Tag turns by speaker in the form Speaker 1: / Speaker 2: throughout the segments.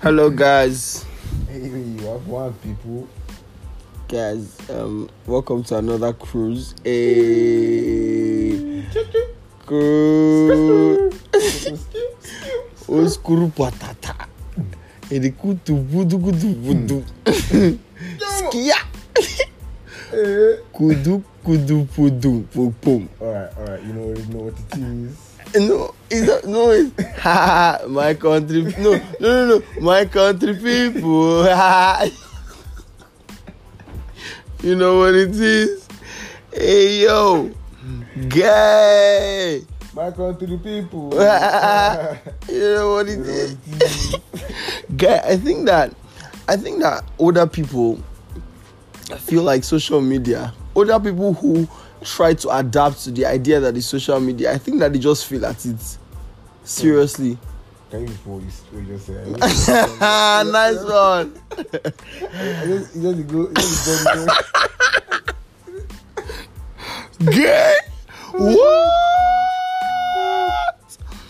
Speaker 1: Hello, guys.
Speaker 2: Hey, you have one people.
Speaker 1: Guys, um, welcome to another cruise. Hey. Cruise. Oskuru patata. Edikutu budu kudu budu. Skia.
Speaker 2: Eh?
Speaker 1: Kudu kudu pudu pum.
Speaker 2: Alright, alright, you know, you know what it is.
Speaker 1: No, it's not, no, it's ha, ha, my country. No, no, no, no, my country people. ha, ha. you know what it is? Hey yo, gay.
Speaker 2: My country people.
Speaker 1: Ha, ha, ha. you know what it
Speaker 2: You know
Speaker 1: is?
Speaker 2: what it is.
Speaker 1: Guy, I think that I think that older people feel like social media. Older people who try to adapt to the idea that is social media, I think that they just feel at it. Seriously.
Speaker 2: Can you before you what you just said? I just-
Speaker 1: nice one.
Speaker 2: I just, you just go, you just go. go.
Speaker 1: Gay. What?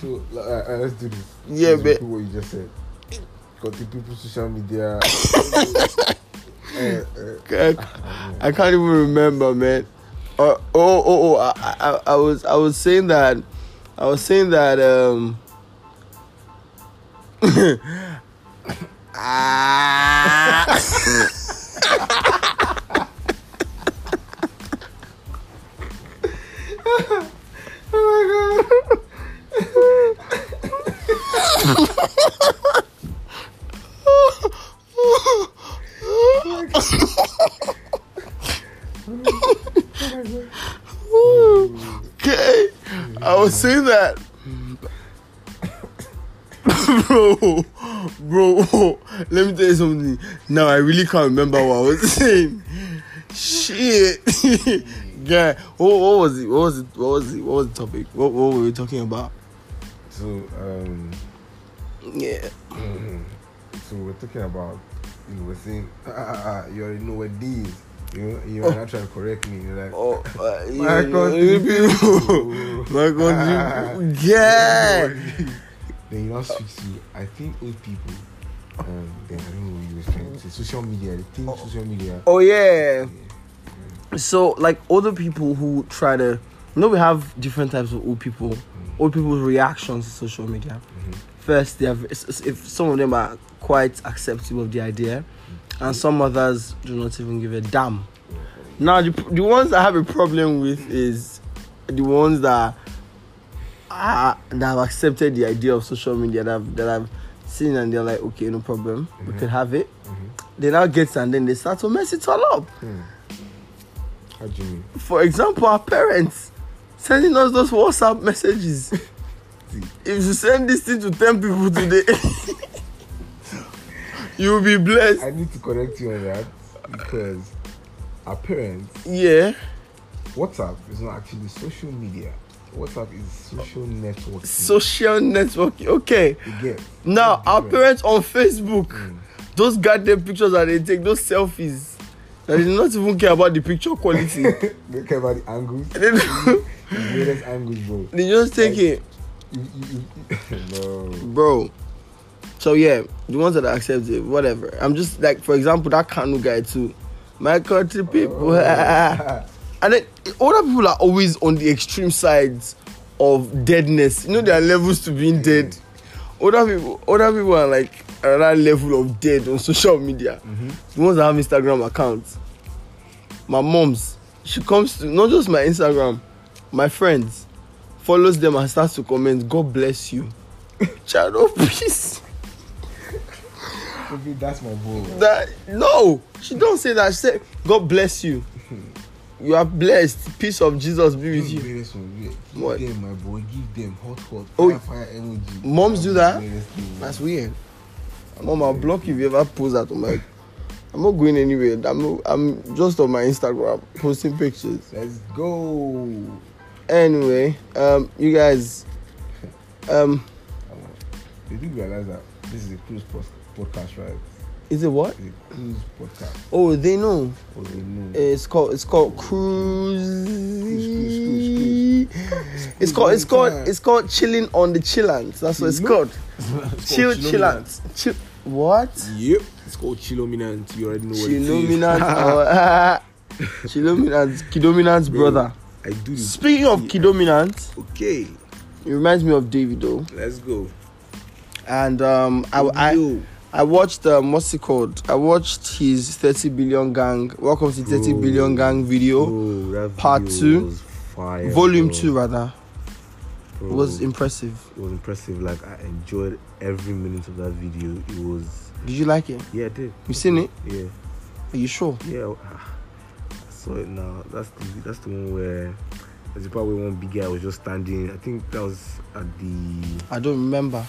Speaker 2: So, like, alright, alright, let's do this.
Speaker 1: Yeah,
Speaker 2: let's
Speaker 1: but-
Speaker 2: do what you just said. Country people, social media. Eh, eh.
Speaker 1: I, I can't even remember, man. Uh, oh, oh, oh! I, I, I was, I was saying that, I was saying that. Um, ah. okay. I was saying that. bro, bro, let me tell you something. Now I really can't remember what I was saying. Shit. Guy, what, what was it? What was it? What was it? What was the topic? What, what were we talking about?
Speaker 2: So, um,
Speaker 1: Yeah.
Speaker 2: so we're talking about, you know, we're saying, ah, ah, ah, you already know what these. You, you are not trying to correct me. You're like,
Speaker 1: Oh, uh, you,
Speaker 2: My
Speaker 1: you people. My country. Yeah.
Speaker 2: Then you now switch to I think old people. Um, then I don't know what you were trying to say. Social media, the thing social media.
Speaker 1: Oh yeah. So like other people who try to, you know, we have different types of old people. Old people's reactions to social media. First, they have s- s- if some of them are quite accepting of the idea, and some others do not even give a damn. Now the the ones I have a problem with is the ones that are, that have accepted the idea of social media that have, that have seen and they're like, okay, no problem, we can have it. They now get and then they start to mess it all up.
Speaker 2: How do you mean?
Speaker 1: For example, our parents sending us those WhatsApp messages. if you send this thing to ten people today, you will be blessed.
Speaker 2: I need to correct you on that because our parents,
Speaker 1: Yeah,
Speaker 2: WhatsApp is not actually social media. WhatsApp is social networking.
Speaker 1: social networking. Okay.
Speaker 2: You get?
Speaker 1: Now our
Speaker 2: Different.
Speaker 1: parents on Facebook, those goddamn pictures that they take, those selfies, that they do not even care about the picture quality.
Speaker 2: They care about the angles. the
Speaker 1: they, don't-
Speaker 2: weirdest angles, bro.
Speaker 1: they just take it,
Speaker 2: You, you, you, no.
Speaker 1: bro. So yeah, the ones that accept it, whatever. I'm just like, for example, that Kanu guy too. My country people, and then other people are always on the extreme sides of deadness. You know, there are levels to being dead. Other people, other people are like another level of dead on social media. The ones that have Instagram accounts. My mom's, she comes to not just my Instagram, my friends, follows them and starts to comment, God bless you. Child of peace.
Speaker 2: Maybe that's my bro.
Speaker 1: That no, she don't say that. She said, God bless you. You are blessed. Peace of Jesus be with
Speaker 2: Give
Speaker 1: you.
Speaker 2: me this one, yeah. Give
Speaker 1: What?
Speaker 2: them, my boy. Give them hot, hot.
Speaker 1: Oh,
Speaker 2: Fire, fire emoji.
Speaker 1: moms do that?
Speaker 2: the weirdest thing, man.
Speaker 1: That's weird. Mom, I'll block you if you ever post that on my. I'm not going anywhere. I'm not, I'm just on my Instagram posting pictures.
Speaker 2: Let's go.
Speaker 1: Anyway, um, you guys, um,
Speaker 2: They did realize that this is a cruise pos- podcast, right?
Speaker 1: is it what?
Speaker 2: It's a cruise podcast.
Speaker 1: Oh, they know.
Speaker 2: Or they know.
Speaker 1: It's called it's called cruise.
Speaker 2: cruise,
Speaker 1: It's called it's called it's called chilling on the chillants. That's what it's called.
Speaker 2: It's called
Speaker 1: Chill
Speaker 2: Chilling.
Speaker 1: chillants. Chill. What?
Speaker 2: Yep. It's called Chilominant. You already know what it is.
Speaker 1: Chilominant or Chilominant, Kidominant's
Speaker 2: Bro,
Speaker 1: brother.
Speaker 2: I do this.
Speaker 1: Speaking of Kidominant,
Speaker 2: Okay,
Speaker 1: it reminds me of David though.
Speaker 2: let's go.
Speaker 1: And um I I,
Speaker 2: Yo.
Speaker 1: I watched um what's it called? I watched his 30 billion gang welcome to 30
Speaker 2: Bro.
Speaker 1: billion gang video.
Speaker 2: Bro, that
Speaker 1: part
Speaker 2: video
Speaker 1: two,
Speaker 2: was fire,
Speaker 1: Volume
Speaker 2: bro.
Speaker 1: two rather
Speaker 2: Bro,
Speaker 1: was impressive.
Speaker 2: it was impressive. Like I enjoyed every minute of that video. It was
Speaker 1: Did you like it?
Speaker 2: yeah, I did.
Speaker 1: You seen it?
Speaker 2: Yeah,
Speaker 1: Are you sure?
Speaker 2: yeah. ah, I saw it now. That's the that's the one where there's the part where one big guy was just standing. I think that was at the
Speaker 1: I don't remember.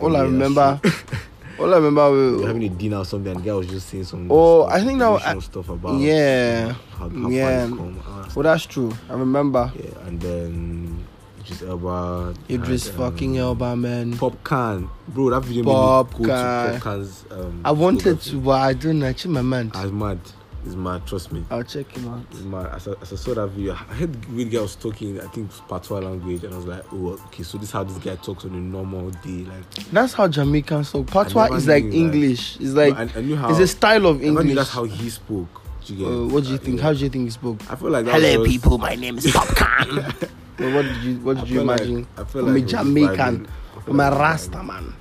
Speaker 1: All I
Speaker 2: Yeah,
Speaker 1: remember, all I remember,
Speaker 2: we were
Speaker 1: was,
Speaker 2: having a dinner or something. And the guy was just saying some.
Speaker 1: Oh,
Speaker 2: some
Speaker 1: I think that was-
Speaker 2: motivational stuff about
Speaker 1: yeah.
Speaker 2: how, how
Speaker 1: Yeah.
Speaker 2: far it's come. Ah,
Speaker 1: well, that's true. I remember.
Speaker 2: Yeah, and then Idris Elba.
Speaker 1: Idris
Speaker 2: had, um,
Speaker 1: fucking Elba, man.
Speaker 2: Popcorn, bro. That video made me go
Speaker 1: Popcorn.
Speaker 2: to Popcorn's. Um,
Speaker 1: I wanted
Speaker 2: discography.
Speaker 1: to, but I don't know. Check my man.
Speaker 2: I was mad. It's mad. Trust me.
Speaker 1: I'll check him out.
Speaker 2: It's mad. As I, as I saw that video, I heard the weird guy was talking. I think it was patois language, and I was like, oh, okay. So this is how this guy talks on a normal day. Like,
Speaker 1: That's how Jamaicans talk. Patois
Speaker 2: never
Speaker 1: is like
Speaker 2: knew that.
Speaker 1: English. It's like
Speaker 2: I, I knew how.
Speaker 1: it's a style of
Speaker 2: I never knew
Speaker 1: English.
Speaker 2: That's how he spoke. Do you get
Speaker 1: Uh,
Speaker 2: it?
Speaker 1: what do you
Speaker 2: Uh,
Speaker 1: think?
Speaker 2: yeah.
Speaker 1: How do you think he spoke?
Speaker 2: I feel like that
Speaker 1: Hello,
Speaker 2: was-
Speaker 1: people. My name is Popcorn. Well, what did you What
Speaker 2: I
Speaker 1: did you
Speaker 2: feel like-
Speaker 1: imagine?
Speaker 2: I feel
Speaker 1: I'm
Speaker 2: like
Speaker 1: a
Speaker 2: it was
Speaker 1: Jamaican.
Speaker 2: vibing. I feel
Speaker 1: I'm a
Speaker 2: like it was
Speaker 1: Rasta
Speaker 2: vibing.
Speaker 1: man.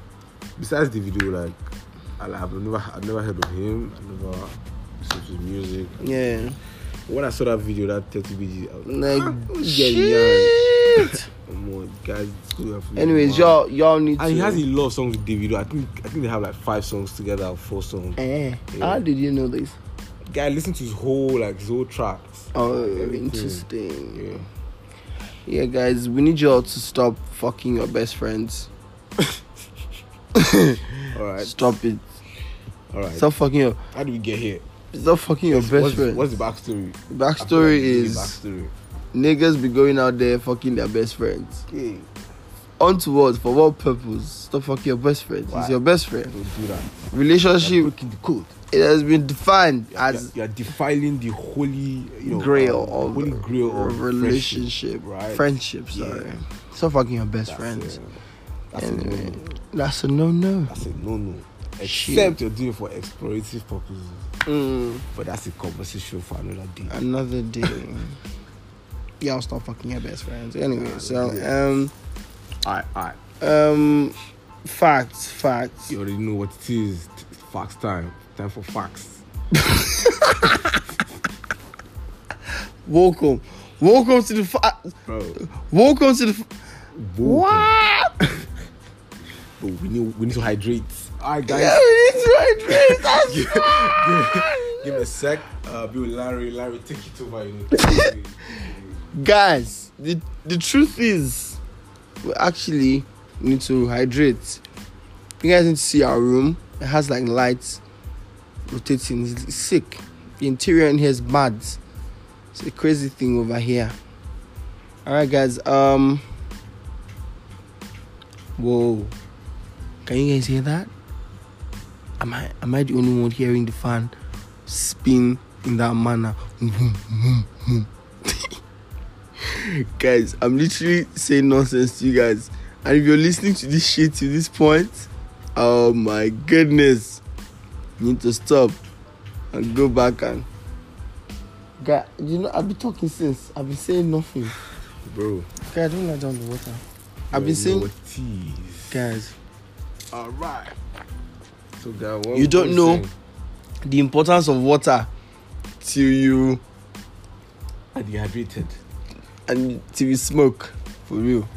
Speaker 2: besides the video, like I, I've never, I've never heard of him. I never listened to his music.
Speaker 1: Yeah.
Speaker 2: When I saw that video, that 30 BG, I was like,
Speaker 1: Like oh,
Speaker 2: ah, who's getting young?
Speaker 1: shit.
Speaker 2: Come on, guys, it's good enough for me,
Speaker 1: Anyways,
Speaker 2: man.
Speaker 1: y'all y'all need
Speaker 2: And
Speaker 1: to.
Speaker 2: Ah, he has a lot of songs with Davido. I think, I think they have like five songs together, or four songs.
Speaker 1: Eh,
Speaker 2: Yeah.
Speaker 1: How did you know this?
Speaker 2: Guy, listen to his whole like his whole tracks.
Speaker 1: Oh,
Speaker 2: Everything.
Speaker 1: interesting.
Speaker 2: Yeah.
Speaker 1: Yeah, guys, we need you all to stop fucking your best friends.
Speaker 2: All right.
Speaker 1: Stop it.
Speaker 2: All right.
Speaker 1: Stop fucking your.
Speaker 2: How do we get here?
Speaker 1: Stop fucking your
Speaker 2: What's,
Speaker 1: best friend.
Speaker 2: what's the backstory? I feel like
Speaker 1: backstory
Speaker 2: we need
Speaker 1: is
Speaker 2: backstory.
Speaker 1: niggas be going out there fucking their best friends.
Speaker 2: Okay.
Speaker 1: On to what? For what purpose? Stop fucking your best friend.
Speaker 2: Why?
Speaker 1: It's your best friend.
Speaker 2: Don't do that. You're
Speaker 1: Relationship
Speaker 2: breaking the code.
Speaker 1: it has been defined
Speaker 2: you're,
Speaker 1: as
Speaker 2: you're defiling the holy you know,
Speaker 1: grail
Speaker 2: um,
Speaker 1: of
Speaker 2: holy grail of
Speaker 1: relationship,
Speaker 2: friendship, right?
Speaker 1: friendship.
Speaker 2: Yeah.
Speaker 1: Sorry, stop fucking your best
Speaker 2: That's
Speaker 1: friends.
Speaker 2: A, that's a
Speaker 1: Anyway.
Speaker 2: no-no.
Speaker 1: That's a no no.
Speaker 2: That's a no-no. Except
Speaker 1: Shit.
Speaker 2: you're doing it for explorative purposes,
Speaker 1: Mm.
Speaker 2: but that's a conversation for another day.
Speaker 1: another day. Y'all stop fucking your best friends. Anyway, so
Speaker 2: Yeah.
Speaker 1: um
Speaker 2: Alright, alright.
Speaker 1: um facts, facts.
Speaker 2: You already know what it is. T- Facts time. Time for facts.
Speaker 1: Welcome. Welcome to the fa-
Speaker 2: Bro.
Speaker 1: welcome to the fa-
Speaker 2: Vocal.
Speaker 1: what?
Speaker 2: Bro, we need we need to hydrate. Alright guys.
Speaker 1: Yeah, we need to hydrate. That's
Speaker 2: Give me a sec. Uh be with Larry. Larry, take it over, you know.
Speaker 1: guys the the truth is we actually need to hydrate you guys need to see our room it has like lights rotating it's it's sick the interior in here is mad it's a crazy thing over here all right guys um whoa can you guys hear that am i am i the only one hearing the fan spin in that manner guys i'm literally saying nonsense to you guys and if you're listening to this shit to this point oh my goodness you need to stop and go back and guy you know i've been talking since i've been saying nothing
Speaker 2: Bro.
Speaker 1: guy don't lie down the water
Speaker 2: you
Speaker 1: i've
Speaker 2: already know
Speaker 1: been saying
Speaker 2: what it is.
Speaker 1: guys
Speaker 2: All right. So, guy, what
Speaker 1: You don't
Speaker 2: what
Speaker 1: know.
Speaker 2: saying?
Speaker 1: the importance of water till you
Speaker 2: I dehydrated.
Speaker 1: and till you smoke for real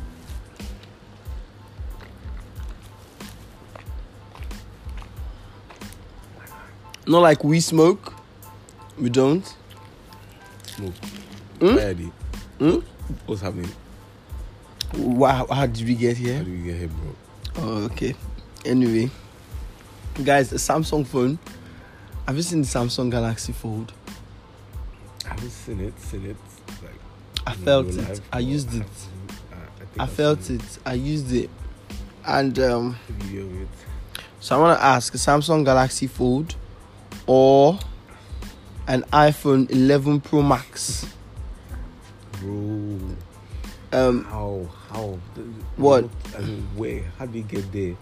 Speaker 1: not like we smoke we don't
Speaker 2: Smoke.
Speaker 1: Hmm?
Speaker 2: Why are they?
Speaker 1: Hmm?
Speaker 2: What's happening?
Speaker 1: wow how did we get
Speaker 2: How
Speaker 1: here
Speaker 2: do you get here, bro?
Speaker 1: oh, okay anyway guys the samsung phone have you seen the samsung galaxy fold
Speaker 2: I haven't seen it. Seen it. Like
Speaker 1: i
Speaker 2: in
Speaker 1: felt
Speaker 2: real
Speaker 1: it
Speaker 2: life,
Speaker 1: i
Speaker 2: but
Speaker 1: used it
Speaker 2: haven't seen it. Uh, I, I think
Speaker 1: Mm. i
Speaker 2: I've
Speaker 1: felt
Speaker 2: seen
Speaker 1: it i used it and um
Speaker 2: a Video of it.
Speaker 1: So I want to ask Samsung Galaxy Fold or an iPhone 11 Pro Max.
Speaker 2: Bro,
Speaker 1: Um,
Speaker 2: how? How?
Speaker 1: What?
Speaker 2: I mean, where? How do you get there?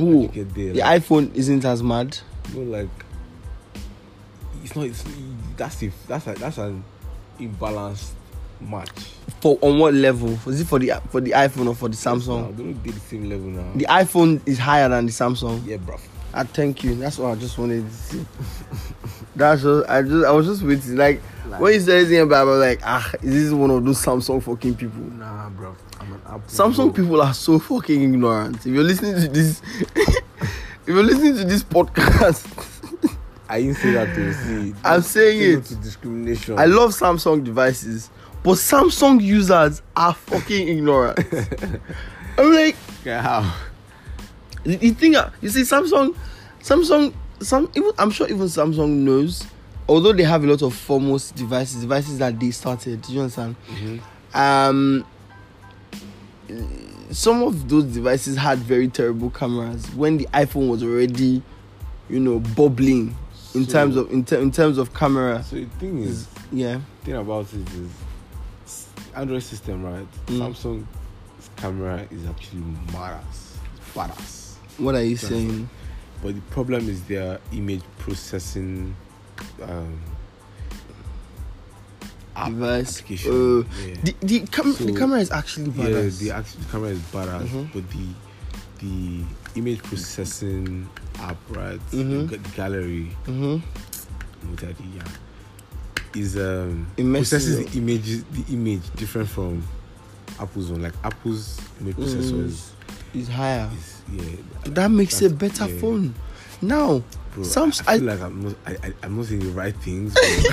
Speaker 1: Ooh,
Speaker 2: get there.
Speaker 1: the
Speaker 2: like,
Speaker 1: iPhone isn't as mad.
Speaker 2: you know, like it's not. It's that's a that's a, that's an imbalanced match.
Speaker 1: For on what level? Is it for the for the iPhone or for the
Speaker 2: Now,
Speaker 1: Samsung?
Speaker 2: they don't did the same level now.
Speaker 1: The iPhone is higher than the Samsung.
Speaker 2: yeah, bruv.
Speaker 1: I thank you. That's what I just wanted to see. That's just I just I was just waiting. Like when you said anything about, I was like, ah, is this one of those Samsung fucking people?
Speaker 2: Nah, bruv. I'm an Apple.
Speaker 1: Samsung people are so fucking ignorant. If you're listening to this, if you're listening to this podcast,
Speaker 2: I didn't say that to see.
Speaker 1: I'm saying
Speaker 2: Say no
Speaker 1: it.
Speaker 2: to discrimination.
Speaker 1: I love Samsung devices, but Samsung users are fucking ignorant. I'm like,
Speaker 2: Yeah, how?
Speaker 1: the, the thing uh, you see samsung samsung some even i'm sure even samsung knows although they have a lot of foremost devices devices that they started do you understand
Speaker 2: Mm-hmm.
Speaker 1: um some of those devices had very terrible cameras when the iphone was already you know bubbling in
Speaker 2: So-
Speaker 1: terms of in, ter- in terms of camera
Speaker 2: So the thing is,
Speaker 1: yeah
Speaker 2: thing about it is, s- Android system, right?
Speaker 1: Mm.
Speaker 2: Samsung's camera is actually badass, It's badass.
Speaker 1: what are you
Speaker 2: Just-
Speaker 1: saying
Speaker 2: But the problem is their image processing um, app
Speaker 1: device
Speaker 2: application.
Speaker 1: uh,
Speaker 2: yeah.
Speaker 1: the the, cam- the
Speaker 2: So-
Speaker 1: camera is actually
Speaker 2: Yeah,
Speaker 1: badass.
Speaker 2: the act- the camera is badass,
Speaker 1: Mhm.
Speaker 2: but the the image processing app, right?
Speaker 1: Mhm.
Speaker 2: You've got the gallery,
Speaker 1: hmm
Speaker 2: with that, yeah, is um
Speaker 1: It messes
Speaker 2: processes
Speaker 1: up.
Speaker 2: the images the image different from Apple's one. Like Apple's image
Speaker 1: Mm.
Speaker 2: processors
Speaker 1: it's higher
Speaker 2: is yeah.
Speaker 1: that makes a
Speaker 2: That's-
Speaker 1: better
Speaker 2: yeah.
Speaker 1: phone now
Speaker 2: Bro,
Speaker 1: Sam's-
Speaker 2: I, I feel
Speaker 1: I-
Speaker 2: like I'm not I, I, I'm not saying the right things. but-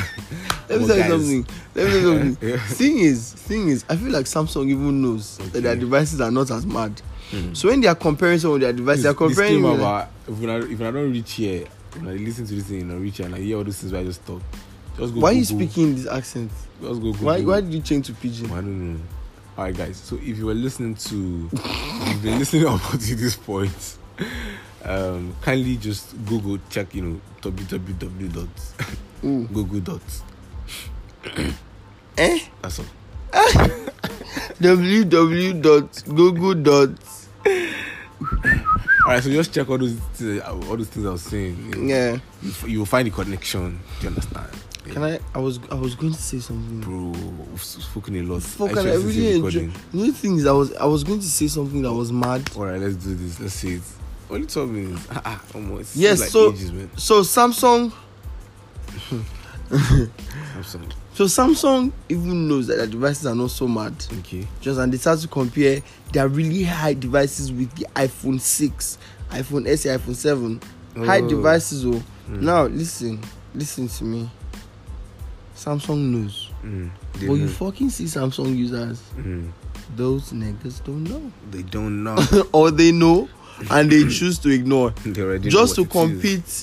Speaker 1: let me tell
Speaker 2: but
Speaker 1: you
Speaker 2: guys,
Speaker 1: something let me tell you something
Speaker 2: Yeah.
Speaker 1: thing is thing is i feel like samsung even knows that their
Speaker 2: Okay.
Speaker 1: devices are not as mad
Speaker 2: Mm.
Speaker 1: so when they are comparing some of their devices they are
Speaker 2: Dis-
Speaker 1: comparing
Speaker 2: disclaimer,
Speaker 1: with, like,
Speaker 2: but if when I if I don't reach here, when I listen to this thing and I reach here and I hear all these things, where I just stop. Just go.
Speaker 1: why are you
Speaker 2: Google.
Speaker 1: speaking in this accent
Speaker 2: Just go. Google.
Speaker 1: why why did you change to pidgin
Speaker 2: I don't know. All right, guys. So if you were listening to, if you've been listening up to this point, um, kindly just Google check. You know, www dot
Speaker 1: Ooh.
Speaker 2: google dot.
Speaker 1: Hmm. eh
Speaker 2: That's all.
Speaker 1: www.google.
Speaker 2: All right. So just check all those things, all those things I was saying. You know.
Speaker 1: yeah
Speaker 2: You, f- you will find the connection. Do you understand? Yeah.
Speaker 1: can i i was i was going to say something
Speaker 2: Bro, we've s- spoken a lot.
Speaker 1: Fuck, and
Speaker 2: I
Speaker 1: I
Speaker 2: trust this is
Speaker 1: really enjoy.
Speaker 2: recording.
Speaker 1: You know, things I was I was going to say something that was mad.
Speaker 2: All right, let's do this. Let's see it. Only twelve minutes. Ah, ah, almost.
Speaker 1: Yes,
Speaker 2: Like
Speaker 1: so-
Speaker 2: ages, man.
Speaker 1: So Samsung
Speaker 2: Absolutely.
Speaker 1: So Samsung even knows that their devices are not so mad.
Speaker 2: Okay.
Speaker 1: Just and they start to compare their really high devices with the iPhone 6, iPhone SE, iPhone 7. High
Speaker 2: Oh.
Speaker 1: devices oh.
Speaker 2: Mm.
Speaker 1: Now listen, listen to me. Samsung knows.
Speaker 2: Mm, they
Speaker 1: But you
Speaker 2: know.
Speaker 1: fucking see Samsung users,
Speaker 2: Mm.
Speaker 1: those niggas don't know.
Speaker 2: They don't know.
Speaker 1: or they know and they choose to ignore.
Speaker 2: they already
Speaker 1: just
Speaker 2: know
Speaker 1: to
Speaker 2: what it is.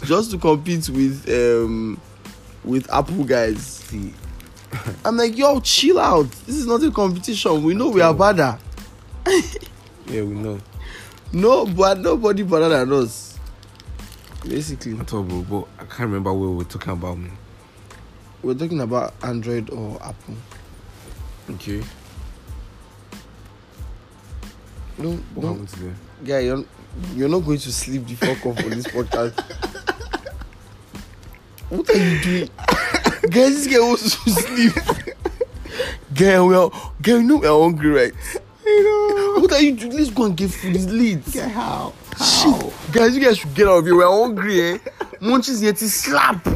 Speaker 1: compete, just to compete with um with Apple guys.
Speaker 2: See,
Speaker 1: I'm like, yo, chill out. This is not a competition. We know we are better.
Speaker 2: yeah, we know.
Speaker 1: No, but nobody better than us. Basically,
Speaker 2: At all, bro. But I can't remember what we were talking about. Man.
Speaker 1: we're talking about Android or Apple.
Speaker 2: Okay.
Speaker 1: No,
Speaker 2: What
Speaker 1: no,
Speaker 2: happened today?
Speaker 1: guy, you're, you're not going to sleep the fuck off on this podcast. what are you doing? Guys, this guy wants to sleep. Girl, we are, girl, you know we are hungry, right? What are you doing? Let's go and get food. It's late.
Speaker 2: Yeah, how?
Speaker 1: Shit. Guys, you guys should get out of here. We're hungry, eh? Munchies yet to slap.